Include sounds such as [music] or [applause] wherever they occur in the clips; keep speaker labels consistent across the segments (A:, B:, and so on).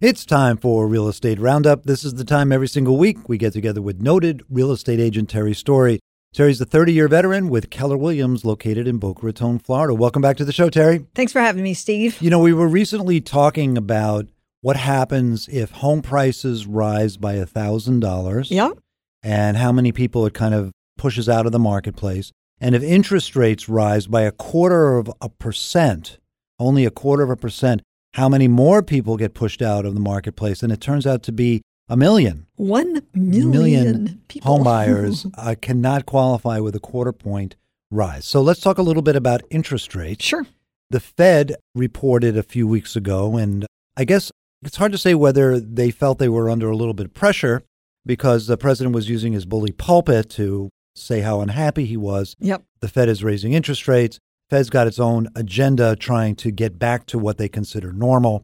A: It's time for Real Estate Roundup. This is the time every single week we get together with noted real estate agent Terry Story. Terry's a 30 year veteran with Keller Williams located in Boca Raton, Florida. Welcome back to the show, Terry.
B: Thanks for having me, Steve.
A: You know, we were recently talking about what happens if home prices rise by $1,000
B: Yep.
A: and how many people it kind of pushes out of the marketplace. And if interest rates rise by a quarter of a percent, only a quarter of a percent, how many more people get pushed out of the marketplace? And it turns out to be a million.
B: One million,
A: Million
B: people. [laughs]
A: home buyers uh, cannot qualify with a quarter point rise. So let's talk a little bit about interest rates.
B: sure.
A: The Fed reported a few weeks ago, and I guess it's hard to say whether they felt they were under a little bit of pressure because the president was using his bully pulpit to say how unhappy he was.
B: Yep.
A: The Fed is raising interest rates. Fed's got its own agenda trying to get back to what they consider normal.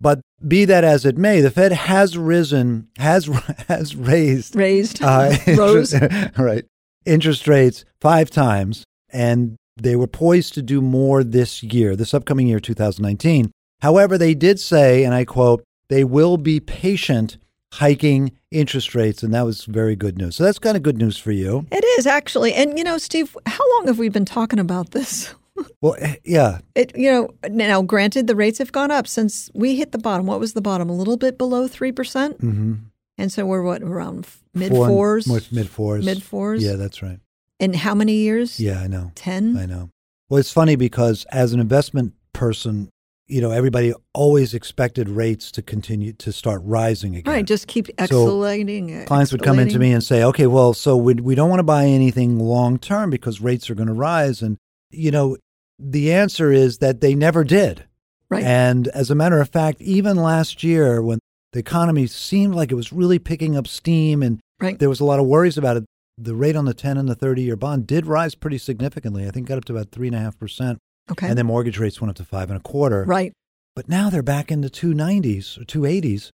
A: But be that as it may, the Fed has risen, has [laughs] has raised
B: Raised. [laughs]
A: uh, [laughs]
B: Rose.
A: interest- right. Interest rates five times, and they were poised to do more this year, this upcoming year, 2019. However, they did say, and I quote, they will be patient hiking interest rates, and that was very good news. So that's kind of good news for you.
B: It is actually. And, you know, Steve, how long have we been talking about this?
A: Well, eh, yeah,
B: It, you know, now granted, the rates have gone up since we hit the bottom. What was the bottom? A little bit below 3%. percent
A: mm-hmm.
B: And so we're what, around mid fours?
A: mid fours,
B: Mid fours?
A: Yeah, that's right.
B: In how many years?
A: Yeah, I know.
B: 10?
A: I know. Well, it's funny because as an investment person, you know, everybody always expected rates to continue to start rising again.
B: Right. Just keep escalating. it,
A: uh, Clients would come into
B: escalating.
A: me and say, okay, well, so we, we don't want to buy anything long term because rates are going to rise. And, you know, the answer is that they never did.
B: Right.
A: And as a matter of fact, even last year when the economy seemed like it was really picking up steam and
B: Right.
A: there was a lot of worries about it, the rate on the 10 and the 30 year bond did rise pretty significantly. I think it got up to about 3.5%.
B: okay.
A: And then mortgage rates went up to five and a quarter.
B: right.
A: But now they're back into 290s or 280s.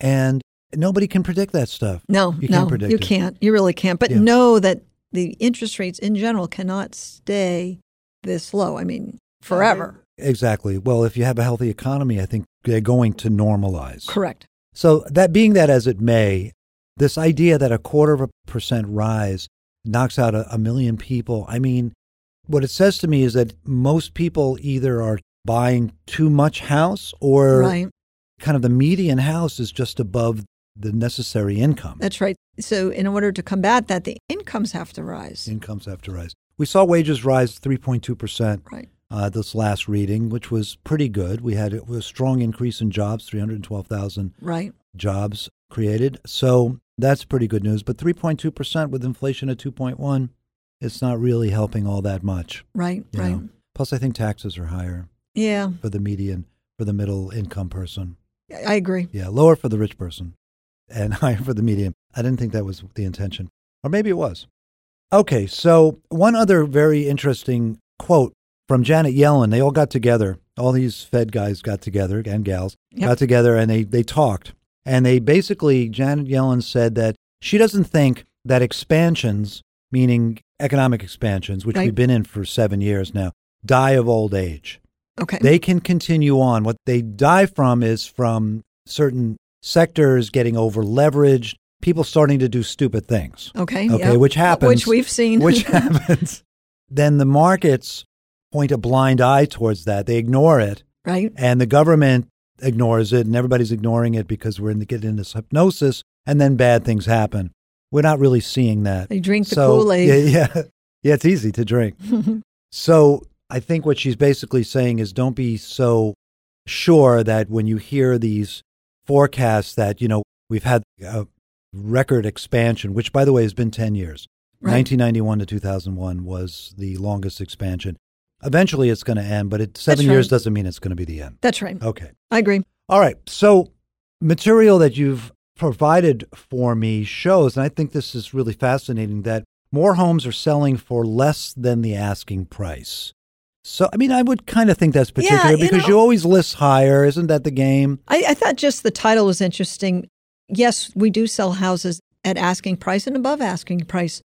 A: And nobody can predict that stuff.
B: No,
A: You
B: no,
A: can't predict
B: you
A: it.
B: can't. You really can't. But
A: Yeah.
B: know that the interest rates in general cannot stay this low. I mean, forever.
A: Exactly. Well, if you have a healthy economy, I think they're going to normalize.
B: Correct.
A: So that being that as it may, this idea that a quarter of a percent rise knocks out a, a million people. I mean, what it says to me is that most people either are buying too much house or
B: Right.
A: kind of the median house is just above the necessary income.
B: That's right. So, in order to combat that, the incomes have to rise.
A: Incomes have to rise. We saw wages rise 3.2%
B: Right.
A: uh, this last reading, which was pretty good. We had a a strong increase in jobs, 312,000
B: Right.
A: jobs created. So that's pretty good news. But 3.2% with inflation at 2.1, it's not really helping all that much.
B: Right.
A: you
B: Right.
A: know. Plus, I think taxes are higher
B: Yeah,
A: for the median, for the middle income person.
B: I agree.
A: Yeah, lower for the rich person and [laughs] higher for the medium. I didn't think that was the intention, or maybe it was. Okay, so one other very interesting quote from Janet Yellen. They all got together, all these Fed guys got together and gals
B: Yep.
A: got together and they, they talked. And they basically, Janet Yellen said that she doesn't think that expansions, meaning economic expansions, which
B: Right.
A: we've been in for seven years now, die of old age
B: Okay.
A: they can continue on. What they die from is from certain sectors getting over leveraged, people starting to do stupid
B: [laughs]
A: things.
B: okay.
A: Okay,
B: yeah.
A: which happens.
B: Which we've seen. [laughs]
A: Which happens. Then the markets point a blind eye towards that. They ignore it,
B: right.
A: and the government ignores it, and everybody's ignoring it because we're in getting into hypnosis, and then bad things happen. We're not really seeing that.
B: They drink the
A: So-
B: Kool Aid.
A: Yeah, [laughs] yeah, yeah. It's easy to drink. So I think what she's basically saying is don't be so sure that when you hear these forecasts that, you know, we've had a record expansion, which by the way has been 10 years.
B: right.
A: 1991 to 2001 was the longest expansion. Eventually it's going to end, but it, seven
B: right.
A: years doesn't mean it's going to be the end.
B: [laughs] That's right.
A: Okay.
B: I agree.
A: All right. So, material that you've provided for me shows, and I think this is really fascinating, that more homes are selling for less than the asking price. So, I mean, I would kind of think that's
B: Yeah,
A: particular
B: you
A: because
B: know-
A: you always list higher. Isn't that the game?
B: I, I thought just the title was interesting. Yes, we do sell houses at asking price and above asking price.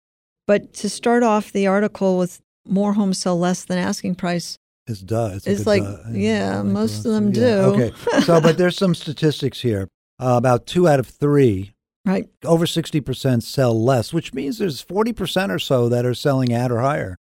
B: But to start off the article with more homes sell less than asking price,
A: It's duh. a
B: It's
A: good
B: like,
A: duh.
B: yeah,
A: Like,
B: most of
A: uh,
B: them do.
A: Okay. So, but there's
B: [laughs]
A: some statistics here. Uh, about two out of three,
B: right?
A: over 60% sell less, which means there's 40% or so that are selling at or higher.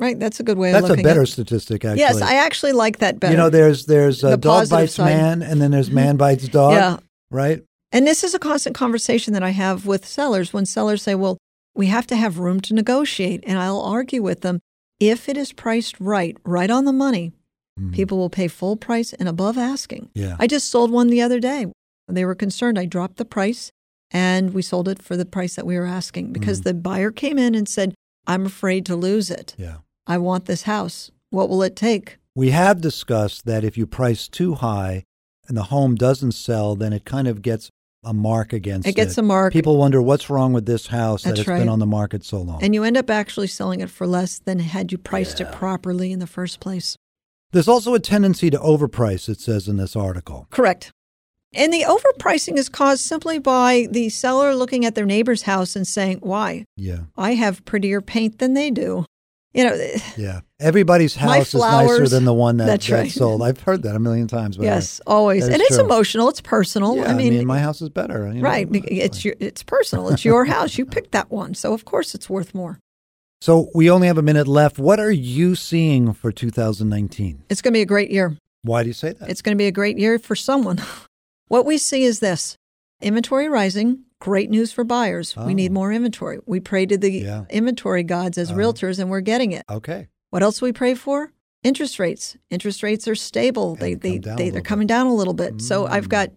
B: Right. That's a good way
A: That's
B: of
A: a
B: looking
A: better
B: at it.
A: statistic, actually.
B: Yes, I actually like that better.
A: You know, there's there's uh,
B: The
A: dog
B: positive
A: bites
B: side.
A: man, and then there's man
B: [laughs]
A: bites dog,
B: yeah.
A: right?
B: And this is a constant conversation that I have with sellers when sellers say, well, we have to have room to negotiate. And I'll argue with them if it is priced right, right on the money,
A: Mhm.
B: people will pay full price and above asking.
A: Yeah.
B: I just sold one the other day. They were concerned. I dropped the price and we sold it for the price that we were asking because
A: Mm-hmm.
B: the buyer came in and said, I'm afraid to lose it.
A: yeah.
B: I want this house. What will it take?
A: We have discussed that if you price too high and the home doesn't sell, then it kind of gets a mark against it.
B: It gets a mark.
A: People wonder what's wrong with this house that
B: That's
A: it's
B: right.
A: been on the market so long.
B: And you end up actually selling it for less than had you priced it properly in the first place.
A: There's also a tendency to overprice, it says in this article.
B: Correct. And the overpricing is caused simply by the seller looking at their neighbor's house and saying, Why?
A: Yeah.
B: I have prettier paint than they do. You know,
A: Yeah. Everybody's
B: My
A: house is nicer
B: flowers.
A: than the one that,
B: That's
A: that
B: right.
A: sold. I've heard that a million times. But anyway.
B: yes, always.
A: That is
B: And it's
A: true.
B: emotional, it's personal.
A: Yeah,
B: I mean,
A: my house is better. you know.
B: right. bec- It's, your, it's personal, it's your house. You picked that one. So, of course, it's worth more.
A: So we only have a minute left. What are you seeing for 2019?
B: It's going to be a great year.
A: Why do you say that?
B: It's going to be a great year for someone. [laughs] what we see is this inventory rising, great news for buyers.
A: Oh.
B: We need more inventory. We pray to the
A: Yeah.
B: inventory gods as
A: Uh-huh.
B: realtors, and we're getting it.
A: okay.
B: What else we pray for? Interest rates. Interest rates are stable.
A: And
B: They
A: come
B: they,
A: down a
B: they
A: little
B: they're
A: bit.
B: coming down a little bit. So
A: Mm.
B: I've got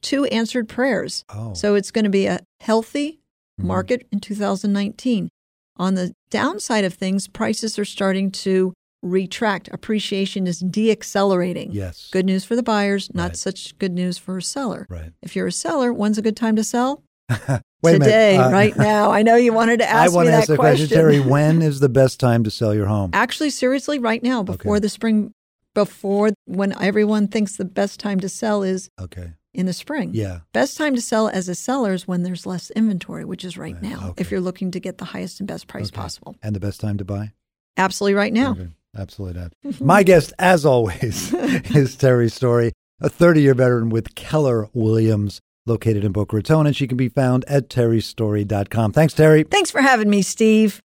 B: two answered prayers.
A: Oh.
B: So it's going to be a healthy
A: Mhm.
B: market in 2019. On the downside of things, prices are starting to retract. Appreciation is deaccelerating.
A: Yes.
B: Good news for the buyers, not
A: Right.
B: such good news for a seller.
A: Right.
B: If you're a seller, when's a good time to sell?
A: Wait a minute.
B: Today,
A: Uh, [laughs]
B: right now. I know you wanted to
A: I
B: ask
A: want
B: me
A: to
B: that
A: ask the question,
B: question.
A: Terry. When is the best time to sell your home?
B: Actually, seriously, right now, before
A: Okay.
B: the spring, before when everyone thinks the best time to sell is
A: Okay.
B: in the spring.
A: Yeah.
B: Best time to sell as a seller is when there's less inventory, which is right
A: Right.
B: now,
A: Okay.
B: if you're looking to get the highest and best price
A: Okay. Mm-hmm.
B: possible.
A: And the best time to buy?
B: Absolutely right now.
A: Okay. Absolutely
B: [laughs]
A: not. My guest, as always, is Terry Story, a 30 year veteran with Keller Williams, located in Boca Raton, and she can be found at terrystory.com. Thanks, Terry.
B: Thanks for having me, Steve.